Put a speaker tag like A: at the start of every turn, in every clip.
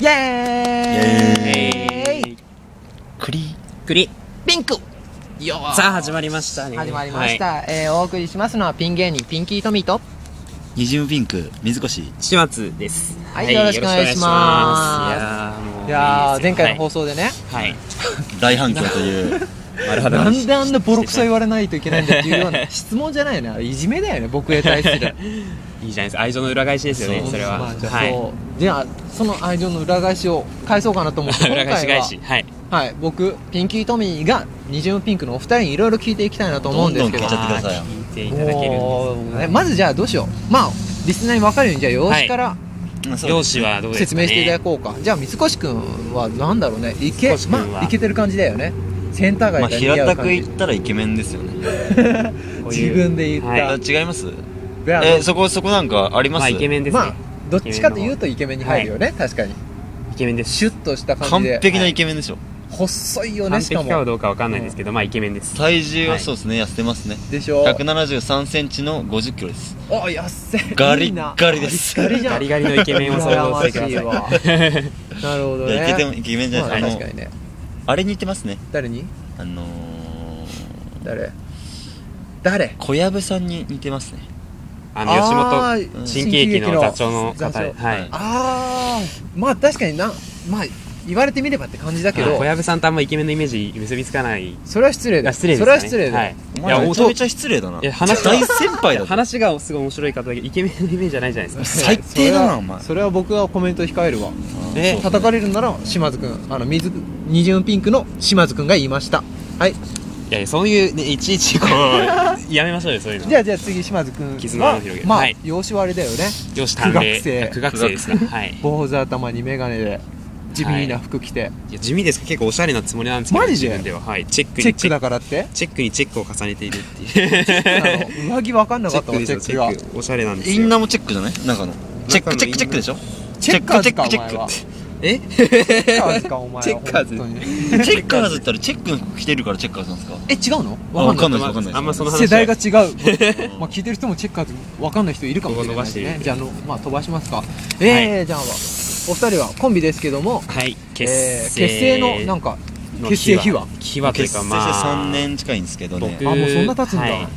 A: イエーイ
B: クリ
C: クリ
A: ピンクよー
C: さあ始まりましたね
A: 始まりました、
C: はい
A: えーお送りしますのはピン芸人ピンキートミーと
B: 二重ピンク水越
C: 始末です
A: はいよろしくお願いします
C: い
A: い
C: やーも
A: や
C: う
A: ー前回の放
C: 送
A: 送でね、
C: はい
B: 大反響と いう
C: 丸裸
A: な
C: の
A: んであんなボロクソ言われないといけないんだっていうような 質問じゃないよねあれいじめだよね僕へ対 する
C: いいじゃないですか愛情の裏返しですよね
B: そう
C: それは
A: まあじゃあ
C: はい
A: そうじゃあその愛情の裏返しを返そうかなと思って
C: 裏返し
A: 今回
C: 返
A: は
C: しはい
A: はい、僕ピンキートミーが二重ピンクのお二人にいろいろ聞いていきたいなと思うんですけど
B: どんどん聞いちゃってくださいよ
C: あー聞いていただけるん
A: おー
C: で
A: えまずじゃあどうしようまあリスナーに分かるようにじゃあ用紙から、
C: す容姿はどうです
A: 説
C: か
A: 明
C: ね
A: していただこうかじゃあ三越くんはなんだろうねいけ
C: 三越くんは
A: まあいけてる感じだよねセンター街
B: まあ
A: が似合
B: 平
A: う
B: た
A: 感
B: く
A: じ、
B: 言ったらイケメンですよね
C: こうい
A: 自
C: う
A: 分で言った、
C: はい
B: あ違います
A: であの
B: えそこそこなんかありま
C: ますあイケメンです
A: ま
C: ね
A: あどっちかというとイケメンに入るよね、確かに
C: イケメンです
A: シュッとした感
B: 完
A: じで
B: 璧な
A: は
B: イ
A: い
B: ケメンでしょ
A: 細いよね
C: 完
A: しか
C: 璧かは
A: も
C: どうかわかんないですけどまあイケメンです
B: 体重
C: は
B: はいそうですね痩せてますね
A: でしょ
B: 1 7 3センチの5 0キロです
A: あやっせ
B: ガリ
A: いいな
B: ガリです
A: ガリじゃん
C: ガリガリのイケメンを想像してくだ
A: 羨ま
C: さい
A: なるほど
B: いや
A: ね
B: イケてもイケメンじゃ
A: ま
B: な
A: あ
B: いです
A: 確か
B: かあの
A: にね
B: あれに似てますね
A: 誰に
B: あのー
A: 誰誰
B: 小籔さんに似てますね
C: あの吉
A: あ
C: 本
A: ー
C: 新喜劇の座長の
A: 座長
C: 方はい
A: あーまあ確かになまあ言われてみればって感じだけ
C: まあ
A: ど
C: 小籔さんとあんまイケメンのイメージ結びつかない
A: それは失礼だ
C: あ失礼ですね
A: それは失礼だ、
C: はい
B: お
C: いや
B: 前めちゃめちゃ失礼だない
C: や話が
B: 大先輩だぞ
C: 話がすごい面白い方だけどイケメンのイメージじゃないじゃ ないですか
B: 最低だ
A: それは
B: なお前
A: それは僕はコメント控えるわ
B: うん
C: え
B: そう
A: 叩かれるなら島津くんあの水く二重ピンクの島津くんが言いましたはい
C: いやいやそういうねいちいちこうやめましょうよそういうの
A: じゃあじゃあ次島津くんは
C: 絆を広げる
A: まあ、
C: はい
A: 容姿はあれだよね
C: よし探
A: 苦
C: 偵
A: 学生
C: あ苦学生ですかはい
A: 坊主頭に眼鏡で地味な服着て、
C: いや地味ですか結構おしゃれなつもりなんですけど
A: マジで
C: 自分でははいチェックに
A: チェックだ
C: か
A: からって
C: チェックにチェックを重ねているっていうチ
A: あの上着分かんなか
C: ェッ
A: ったわ
C: ク
A: チ
C: です
A: ェ
C: よ
A: ック
C: チェ
A: が
C: ックおしゃれなんですよ
B: インナーもチェックじゃない中のチェックチェックチェックでしょ
A: チェッカーズかお前は
B: チ
C: え
A: チェッカーズかお前は
C: チェッカーズ
A: 本当に
B: ェックチェッカーズって言ったらチェックの服着てるからチェッカーズなんですか
A: え違うの
B: あわかん
A: ない
B: ないですわかんないです
C: あんまその話は
A: 世代が 違うまあ聞いてる人もチェッカーズ分かんない人いるかもしれないです
C: ここ伸ば
A: ね
C: してる
A: じゃああのまあ飛ばしますかえーじゃあお二人はコンビですけども
C: はい結成
A: えー結成のなんか結成秘話
C: 秘話という
B: 結
C: か
B: 成して
C: まあ
B: 3年近いんですけどね
C: 僕
A: あもうそんな経つんだ
C: はい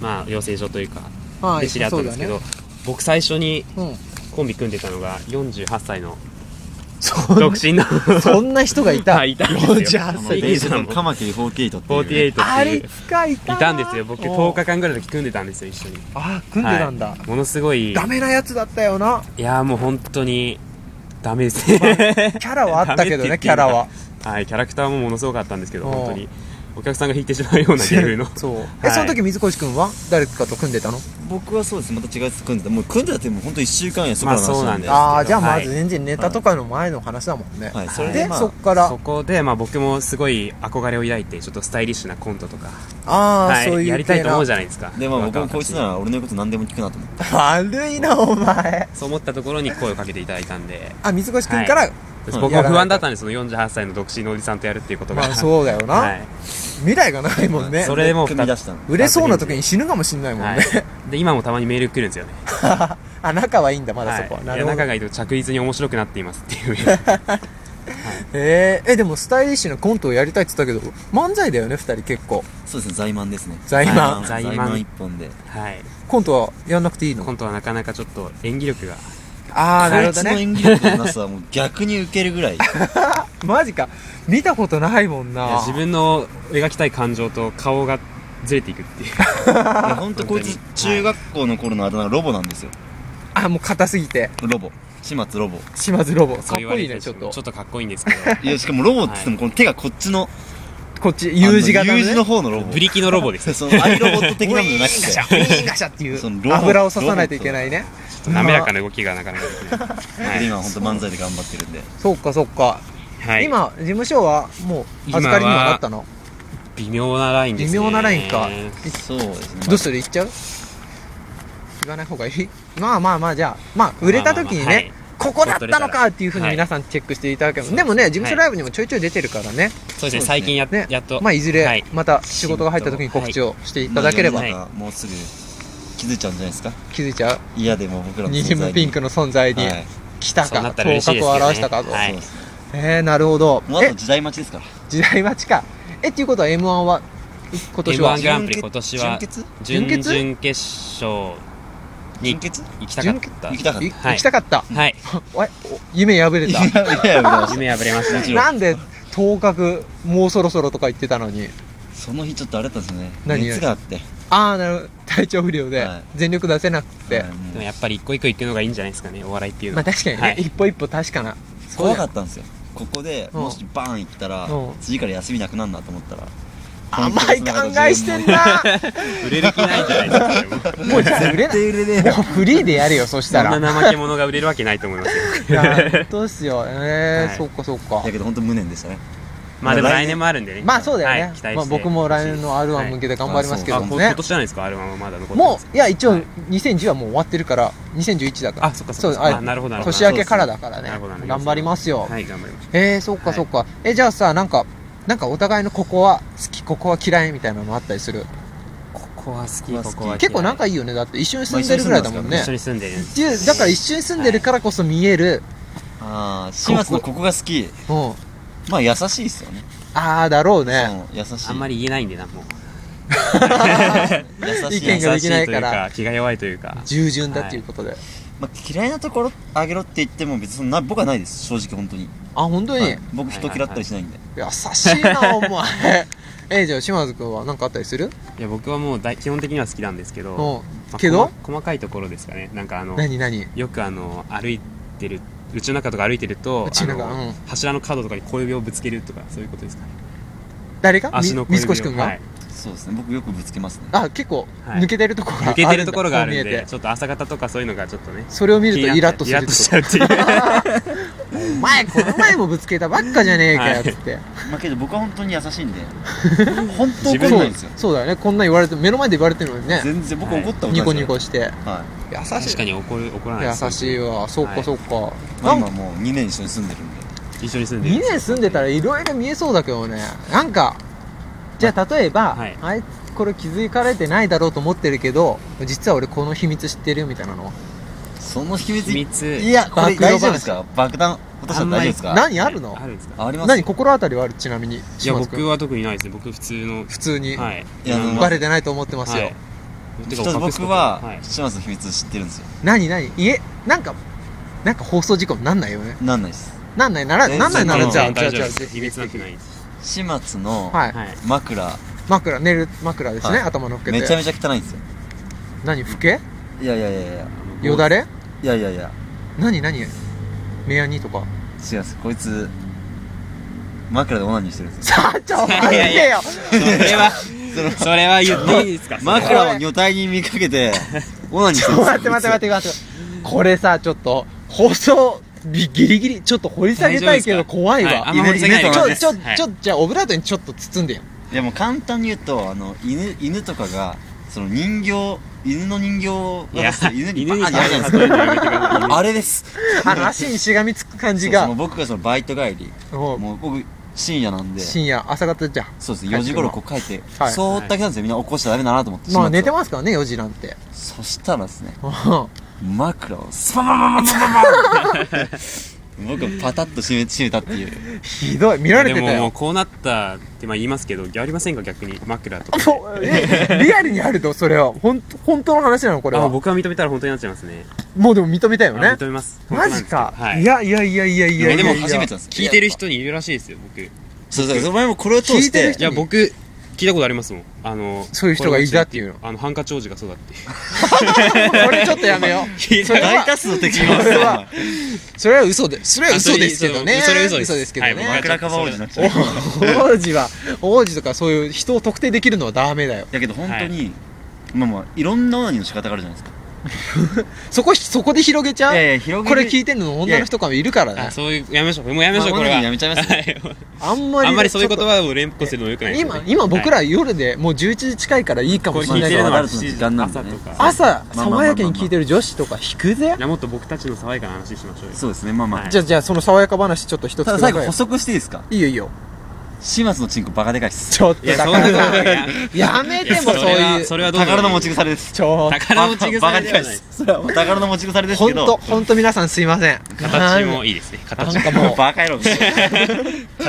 C: まあ養成所というか
A: は
C: で知り合ったんですけど、僕最初に
A: うん
C: コンビ組んでたのが48歳の
A: そん
C: 独身の
A: そんな人がい た
C: はいいたんですよ
A: 48
B: あの
A: 歳
C: いいですよ
B: レイジのカマキリ48っていう
C: 48
A: あ
C: ってい
A: れ
C: う
A: 使いた
C: いたんですよ僕10日
A: 間
C: 間ぐらいの時組んでたんですよ一緒に
A: あー組んでたんだ
C: はいものすごい
A: ダメなやつだったよ ない
C: やーもう本当にダメ ですね
A: キャラはあったけどねキャラは
C: はいキャラクターもものすごかったんですけど
A: おー
C: 本当にお客さんが引いてしまうようなギャグの
A: そう
C: は
A: え
C: い
A: その時水越くんは誰かと組んでたの
B: 僕はそうですまた違うやつ組んでたもう組んでたってもう本当1週間やそこ
C: まあ
B: の話なんで
C: そうなん
A: ああ
C: ですけど
A: じゃあま
C: はい
A: ず全然ネタとかの前の話だもんね、
B: はいそれ
A: で、
B: でま
A: そっ
B: あ
A: から
C: そこで、まあ、僕もすごい憧れを抱いてちょっとスタイリッシュなコントとか、
A: ああ、
C: はい、
A: そういう
C: やりたいと思うじ
A: ゃん
C: ゃないですか
B: でまあ僕もこ
C: 若
B: い
C: 々し
B: つなら俺の言うこと何でも聞くなと思って
A: 悪いなお前
C: そう思ったところに声をかけていただいたんで
A: あ水越くんから、
C: は
A: うん
C: 僕
A: やら
C: は
A: ない
C: 不安だったんですその48歳の独身のおじさんとやるっていうことが、
A: まあそうだよな、
C: はい、
A: 未来がないもんね
C: それでもう
B: 組み出したの
A: 売れそうな時に死ぬかもしんないもんね、
C: はい、で今もたまにメール来るんですよね、
A: あ仲はいいんだまだそこは、
C: はい、
A: ないる
C: や
A: ほど
C: 仲
A: へ
C: がいいと着実に面白くなっていますっていう い
A: ええでもスタイリッシュなコントをやりたいって言ったけど漫才だよね二人結構
B: そうですね在満ですね
A: 在満
B: 在満
C: 在満
B: 在満一本で
C: はい、
A: コントはやんなくていいの
C: コントはなかなかちょっと演技力が
A: ああなるほ
B: こ
A: ど
B: いつの
A: ね
B: 演技力のなさはもう逆に受けるぐらい
A: マジか見たことないもん
C: い
A: な
C: や自分の描きたい感情と顔がずれていくっていう
B: 本当こいつ中学校の頃のあだ名ロボなんですよ
A: あもう硬すぎて
B: ロボ始末ロボ
A: 島津ロボかっ
C: 言わ
A: こ
C: れ
A: いい
C: て
A: ねちょっと
C: ちょっとかっこいいんですけ
B: いやしかもロボって言ってもこの手がこっちの
A: こっち U 字型の、
B: あの
A: ね、
B: U 字の方のロ
C: ど
B: ボ
C: ブリキのロボで す
B: そのアイロボット的なのじゃなくて
A: ウィーンガシャウィーンガシャってい
B: そうのロボ
A: 油を刺さないといけないね
C: 滑らかな動きがなかなかで きない、はい
B: 今は本当漫才で頑張ってるんで
A: そっかそっか、
C: はい、
A: 今事務所はもう預かりにはなったの
C: 微妙なラインで
A: 微
C: すね
A: 妙なラインか
B: そうですね
A: どうする言っちゃう言わない方がいいまあまあまあじゃあまあ売れた時にね、
C: まあまあまあはい
A: ここだったのかっていうふうに皆さんチェックしていただけます、でもね事務所ライブにもちょいちょい出てるからね,、
C: そうですね
B: そうですね
C: 最近や,、
A: ね
C: やっと
A: まあいず
C: は
A: れ
C: い
A: また仕事が入った時に告知をしていただければ
B: まあ世の中もうすぐ気づいちゃうんじゃないですか
A: 気づいちゃう
B: 嫌でもう僕らの
A: にじむピンクの存在に、
B: はい
A: 来た
C: そう
A: か
C: なったら
A: 頭
C: 嬉しいで
A: 角を現
C: すけどね
A: したかと、
C: はい
B: そうです
A: えー、なるほど
B: もうあ
A: え
B: と時代待ちですから
A: 時代待ちかえっていうことは m 1は今年は
C: M1 グランプリ今年は
B: 準決
C: 準
A: 準決
C: 々決勝に
B: 準決
C: 行きたかった
B: 行きたかっ
A: い
C: はい
A: 行きたかった、
C: はい
A: おいお夢破れた
B: たいやいやいや
C: 夢破れました
B: もちろん
A: なんで頭角もうそろそろとか言ってたのに
B: その日ちょっとあれだったんですよね
A: 何
B: 熱があって
A: ああなるほど体調不良で
B: はい
A: 全力出せなくて、
B: はいもう
C: でもやっぱり一個一個行くのがいいんじゃないですかねお笑いっていうの
A: まあ
C: は、
A: 確かにね、
C: はい
A: 一歩一歩確かな
B: 怖か
A: っ
B: ったんですよここで
A: うん
B: もしバーン行ったら
A: うん
B: 次から休みなくなんなと思ったら
A: 甘い考えしてんな
C: 売れる気ないじゃないですかでも
A: もう売れないもうフリーでやれよそしたら
C: そんな怠け者が売れるわけないと思いますよ
A: いや本当ですよえー
C: はい
A: そっかそっか
B: だけど本当無念でしたね
C: まあでも来年もあるんでね
A: まあそうだよね、
C: はい期待して
A: まあ、僕も来年の r 1
C: は
A: 向
C: い
A: けて頑張りますけど
C: あ
A: も
C: こ
A: ね
C: 今年じゃないですか r 1はまだ残ってま
A: も
C: す
A: ういや一
C: は
A: 応
C: い
A: 2010はもう終わってるから2011だから
C: あそっかそっか
A: うあ
C: あなるほどなるほど
A: 年明けからだからね
C: なるほどなるほど
A: 頑張りますよ、
C: はい頑張りまし
A: えー、そっか
C: はい
A: そっか、えじゃあさなんかなんかお互いのここは好きここは嫌いみたいなのあったりする
C: ょうここは好き
B: ここは好き
C: ここは嫌い
A: 結構仲いいよねだって一緒に住んでるぐらいだもん
B: まあ
A: ね
C: 一緒に住んでるん
A: っていうだから一緒に住んでるからこそ見える、
B: ああ4月のここが好き
A: うん
B: まあ優しいですよね
A: ああだろうね
B: うん優しい
C: あんまり言えないんでなもう
B: 優
A: 意
B: しい
A: 見
B: 優
A: が
B: し
A: で
B: い
A: きないから
C: 優しいという気が弱いというか
A: 従順だっていうことで、
B: まあ嫌いなところあげろって言っても別にそんな僕はないです正直本当に
A: あ本当に、
B: はい僕人嫌ったりしないんで
A: 優しい なお前えじゃあ島津君は何かあったりする
C: いや僕はもう大基本的には好きなんですけど、
A: うん
C: まあ
A: けど
C: こま細かいところですかねなんかあの
A: 何何
C: よくあの歩いてるうちの中とか歩いてると
A: うちの中
C: あ
A: うん
C: 柱の角とかに小指をぶつけるとかそういうことですかね
A: 誰がみ
C: 足の小
A: 水
C: 指を
A: 越君が、
C: はい
B: そうですね僕よくぶつけますね
A: あ結構
C: はい
A: 抜けてるところがあるん
C: 抜け
A: だ
C: てるところがあるん
A: そう見え
C: で
A: て
C: ちょっと朝方とかそういうのがちょっとね
A: それを見るとイラッとす
C: イ
A: る
C: ラ
A: って
C: ッ
A: こと
C: しちゃうっていう
A: お前この前もぶつけたばっかじゃねえかよっつって、
B: まあけど僕は本当に優しいんで本当
A: そ
B: 怒
A: う
B: らないんですよ
A: そうだよねこんな言われて目の前で言われてるのにね
B: 全然僕怒ったことないで
A: ニ
B: すから
A: コニコして
B: は
A: 優し
C: 確かに怒る怒らないです
A: 優しいわそっ
C: は
A: か
C: い
A: そっか、
B: いまあ
A: なん
B: 今もう2年一緒に住んでるんで
C: 一緒に住んでる
A: 2年住んでたらいろいろ見えそうだけどねなんかじゃあ例えば、
C: はい
A: あいつこれ気づかれてないだろうと思ってるけど実は俺この秘密知ってるよみたいなの
B: その秘密
C: 秘密
B: いやこれ
A: 暴露話
B: 大丈夫ですか爆弾落としたら大丈夫ですか
A: 何あるの
C: あるんですか
B: ああります
A: 何心当たりはあるちなみに
C: いや
A: 島津君
C: 僕は特にないですね僕普通の
A: 普通に、
C: はい
B: いやあの
A: バレてないと思ってますよ、
C: はいて
B: 一
C: か
B: つ
C: 隠すこ
B: 僕
C: と
B: はい島津の秘密知ってるんですよ
A: 何何いえなんかなんか放送事故になんないよね
B: なんないです
A: なんないなら
B: え
A: なんないなら
B: 全然
A: じゃあ
C: 全
A: じゃあ
C: 然
A: じゃあ
C: 大丈夫です秘密なんてないです
B: 島津の
A: はい、
C: はい
B: 枕
A: 枕寝る枕ですね、
B: はい
A: 頭のっけ
B: めちゃ
A: て
B: めちゃ汚いんですよ
A: 何ふけ
B: いやいやいやいや
A: よだれ
B: いやいやいや
A: 何何目やにとか
B: 違うんですこいつ枕でオナニーしてるんですよ
A: さあちょっと待っ
C: いやいや
A: て
C: い
A: よ
C: それはそれは言っていいですか
B: 枕を女体に見か けてオナニーし
A: ち
B: て
A: ょ
B: る
A: っと待
B: んですよ
A: って待って待って待ってこれさちょっと放送ギリギリちょっと掘り下げたいけど
C: 大丈夫ですか
A: 怖い
C: はい
A: わ、
C: あんま掘り下げない
A: ち
C: 感
A: ょ
C: じです
A: ちょ
C: はい
A: ちょじゃあオブラートにちょっと包んでよ
B: いやもう簡単に言うとあの犬犬とかがその人形犬の人形を
C: いや
B: 渡すと 犬にバーンってや
C: や
B: るじゃないで
C: る
B: す
C: の
B: か
C: やめてください
B: あれです
A: あの足にしがみつく感じ
B: そう
A: が
B: そう僕がそのバイト帰り
A: もう
B: もう僕深夜なんで
A: 深夜朝方じゃん
B: そうです
A: 帰ってくる
B: 4時頃こう帰って、
A: はい
B: そーっと開けたんですよみんな起こしちゃダメだなと思って
A: まあ寝て
B: ま
A: ますからね4時なんて
B: すそしたらですね
A: うん
B: 枕をスパババババババンって僕はパタッと閉め閉めたっていう
A: ひどい見られて
C: で
A: た
C: ももう
A: よ
C: こうなったってまあ言いますけどありませんか逆に枕と か
A: そうえリアルにあるとそれはほん本当の話なのこれ
C: あ
A: は
C: 僕は認めたら本当になっちゃいますね
A: もうでも認めたよ
C: あ
A: ね
C: 認めます本当な
A: マ
C: んです
A: ジ
C: けど
A: か、
C: はい
A: い、やいやいやいやいやいや
C: でも
B: 初めてなんですよ
C: 聞いてる人にいるらしいですよ僕い
B: そうそうお前もこれを通し
A: 聞いてる
B: て
A: 人
C: や僕聞いたことありますもんあの
A: そういう人がいたっていうの
C: あのハンカチ王子がそうだっていう
A: それちょっとやめよ う
C: 聞い
A: そ
C: た
A: れは
B: 大多数の敵がいます
A: それ
B: よ
A: はそれは嘘でそれは嘘ですけどね
C: あそれそれ嘘です
A: けどね、
C: はい
B: 枕カバー王子になっちゃう
A: 王子は王子とかそういう人を特定できるのはダメだよ
B: だけど本当に、まあまあいろんなオナニーの仕方があるじゃないですか
A: そこそこで広げちゃう
B: いやいや広げ
A: こ
B: る
A: れ聞いてるの女の人とかもいるからね
C: あ そういうやめましょうもうやめましょう
B: まあ
C: これ
B: オナ
C: は
B: ニーやめちゃいます
C: はい
A: あんまり
C: あんまりそういう言
A: ちょっ
C: 葉を連呼するのもよくないですよ
A: 今
C: ね
A: 今僕
C: は
A: ら夜でもう11時近いからいいか
C: い
A: も
C: これ
A: しれ
C: 聞い
A: ないけ
C: てる
A: ど
C: のは
B: まあ
C: 7
B: まあまあ
C: 朝とか
A: 朝
B: まあまあ
A: 爽やかに聞いてる女子とか引くぜ
C: いやもっと僕たちの爽やかな話しましょうよ
B: そうですねまあまあ、
C: はい
A: じゃあじゃあその爽やか話ちょっと一つ
B: ただ
A: くだ
B: 最
A: さ
B: 後
A: い
B: 補足していいですか
A: いいよいいよ
B: 島津のチンコバカでかいっす
A: ちょっと
C: いや、
A: だ
C: そ
A: か
C: う
A: ら
C: ない や
A: やめても
C: そ
A: そう
C: れ
A: い
C: は、
A: う
C: それはどう
B: 宝の持ち
C: ち。
B: 腐れです
A: ちょっ
C: 宝の持ち
B: バカ
C: 腐
B: で
C: れで
B: かい
C: は
B: っ
C: ない
B: すそれは宝の持ち腐れ
A: と
B: です
A: ほん
B: け
A: と
B: ど
A: ほんと皆さんすいません
C: 形もいいですね。形
A: なん
C: も。
A: かもう
B: バカ野郎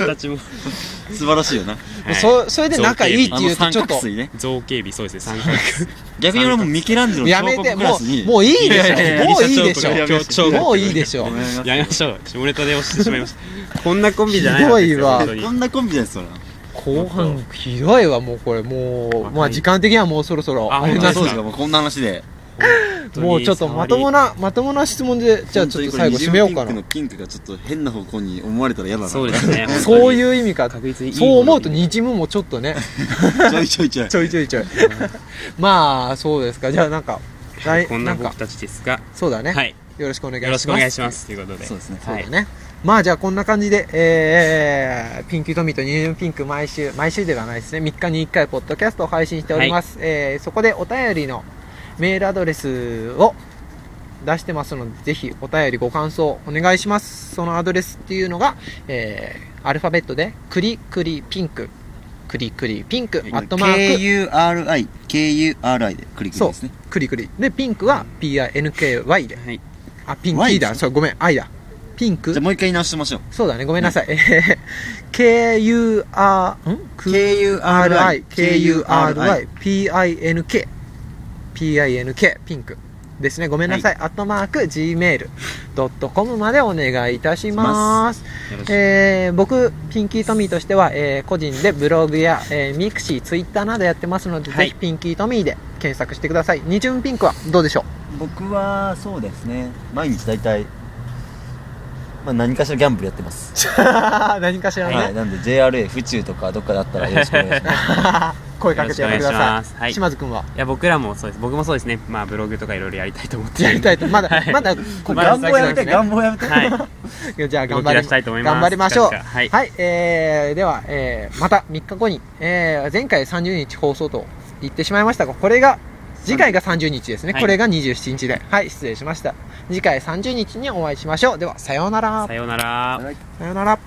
C: 形も。
B: 素晴らしいよな
C: はい
A: そそれで仲いいって
B: あ
A: 言
B: の
A: うと
B: 三
A: ちょっ
B: 角
A: と
B: 錐ね
C: 造形美、そうですね。三角形。
B: 逆に俺もミケランジェロ
A: や
B: の
A: め
B: 彫刻
A: て
B: ク
A: も
B: ラス
A: う
B: に
A: もういいで
C: や
A: し
C: や
A: ょ
C: や
A: もういいでし
B: いやいや
A: ょ
B: いや
A: もういいでしょ
B: ごめんなさい
C: やめましょう。下ネタで押してしまいました。 こんなコンビじゃない
A: ひどいわ
C: 本当に
B: こんなコンビじゃないですよ
A: 後半ひどいわもうこれもうま
C: は
A: あ
C: い
A: 時間的にはもうそろそろ
C: あ
A: あれ
B: こん
C: 本当
A: な
B: なそうで
C: ですか
B: すかもうこんな話で
A: もうちょっとまともなまともな質問でじゃあちょっと最後締めようかな
B: 本当にこれ二重ピンクのピンクがちょっと変な方向に思われたら嫌だな
C: そうですね。
A: そう
C: う。
A: いう意味か
C: 確実にいい
A: そう思うとにじむもちょっと ね
B: ちょいちょいちょい
A: ちょいちょいちょいまあそうですかじゃあなんか
C: はい
A: 来
C: こん
A: な
C: なん
A: か
C: 僕たちですが。
A: そうだね
C: はい。
A: よろしくお願いします
C: よろしくお願いします。ということで。
B: そうですね
A: そう
C: はい
A: だ。ね。まあじゃあこんな感じで、えー、ピンキートミーとニューピンク毎週、毎週ではないですね、3日に1回ポッドキャストを配信しております。えーそこでお便りのメールアドレスを出してますので、ぜひお便りご感想お願いします。そのアドレスっていうのが、えー、アルファベットで、クリクリピンク、クリクリピンク、アットマーク、
B: KURI KURI でクリック
A: そう
B: ですね、
A: クリクリ。で、ピンクは PINKY で。
C: はい。
A: あ、ピンキー
B: Y で
A: だ。
B: すね
A: そう、ごめん、I だ。ピンク
B: じゃあもう一回直しましょう
A: そうだね、ごめんなさい。 えー KUR、ん ?KURI、KURI、PINK、PINK、ピンクですね。ごめんなさい。アットマーク、gmail.com までお願いいたします。
C: よろしく。
A: えー僕、ピンキートミーとしては、えー個人でブログや、えーミクシー、ツイッターなどやってますので、
C: はい
A: ぜひピンキートミーで検索してください。二巡ピンクはどうで しょう
B: 僕はそうですね毎日大体、まあ、何かしらギャンブルやってます、
A: 何かしらね、
B: はい、なんで JRA 府中とかどっかだったらよろしくお願いします
A: 声かけてやってくだ
C: よろしくお
A: さ
C: 願いします
A: い。
C: はい
A: 島津くんはい
C: や、僕らもそうです。僕もそうですね。まあ、ブログとかいろいろやりたいと思ってる
A: や
C: んで
A: りたいとまだ、
C: はい
A: まだこれ
C: まだ
A: 願望やめて
C: 先
A: 願
B: 願望やめて
C: はい。
A: 望じゃあ頑張
C: 動き
A: り
C: 出したいと思います。
A: 頑張りましょう
C: 近々はい。
A: はい、えー、では、えー、また3日後に、えー、前回30日放送と言ってしまいましたがこれが次回が30日ですね、
C: はい
A: これが27日ではい失礼しました次回30日にお会いしましょうではさようなら
C: さようなら。
A: さようなら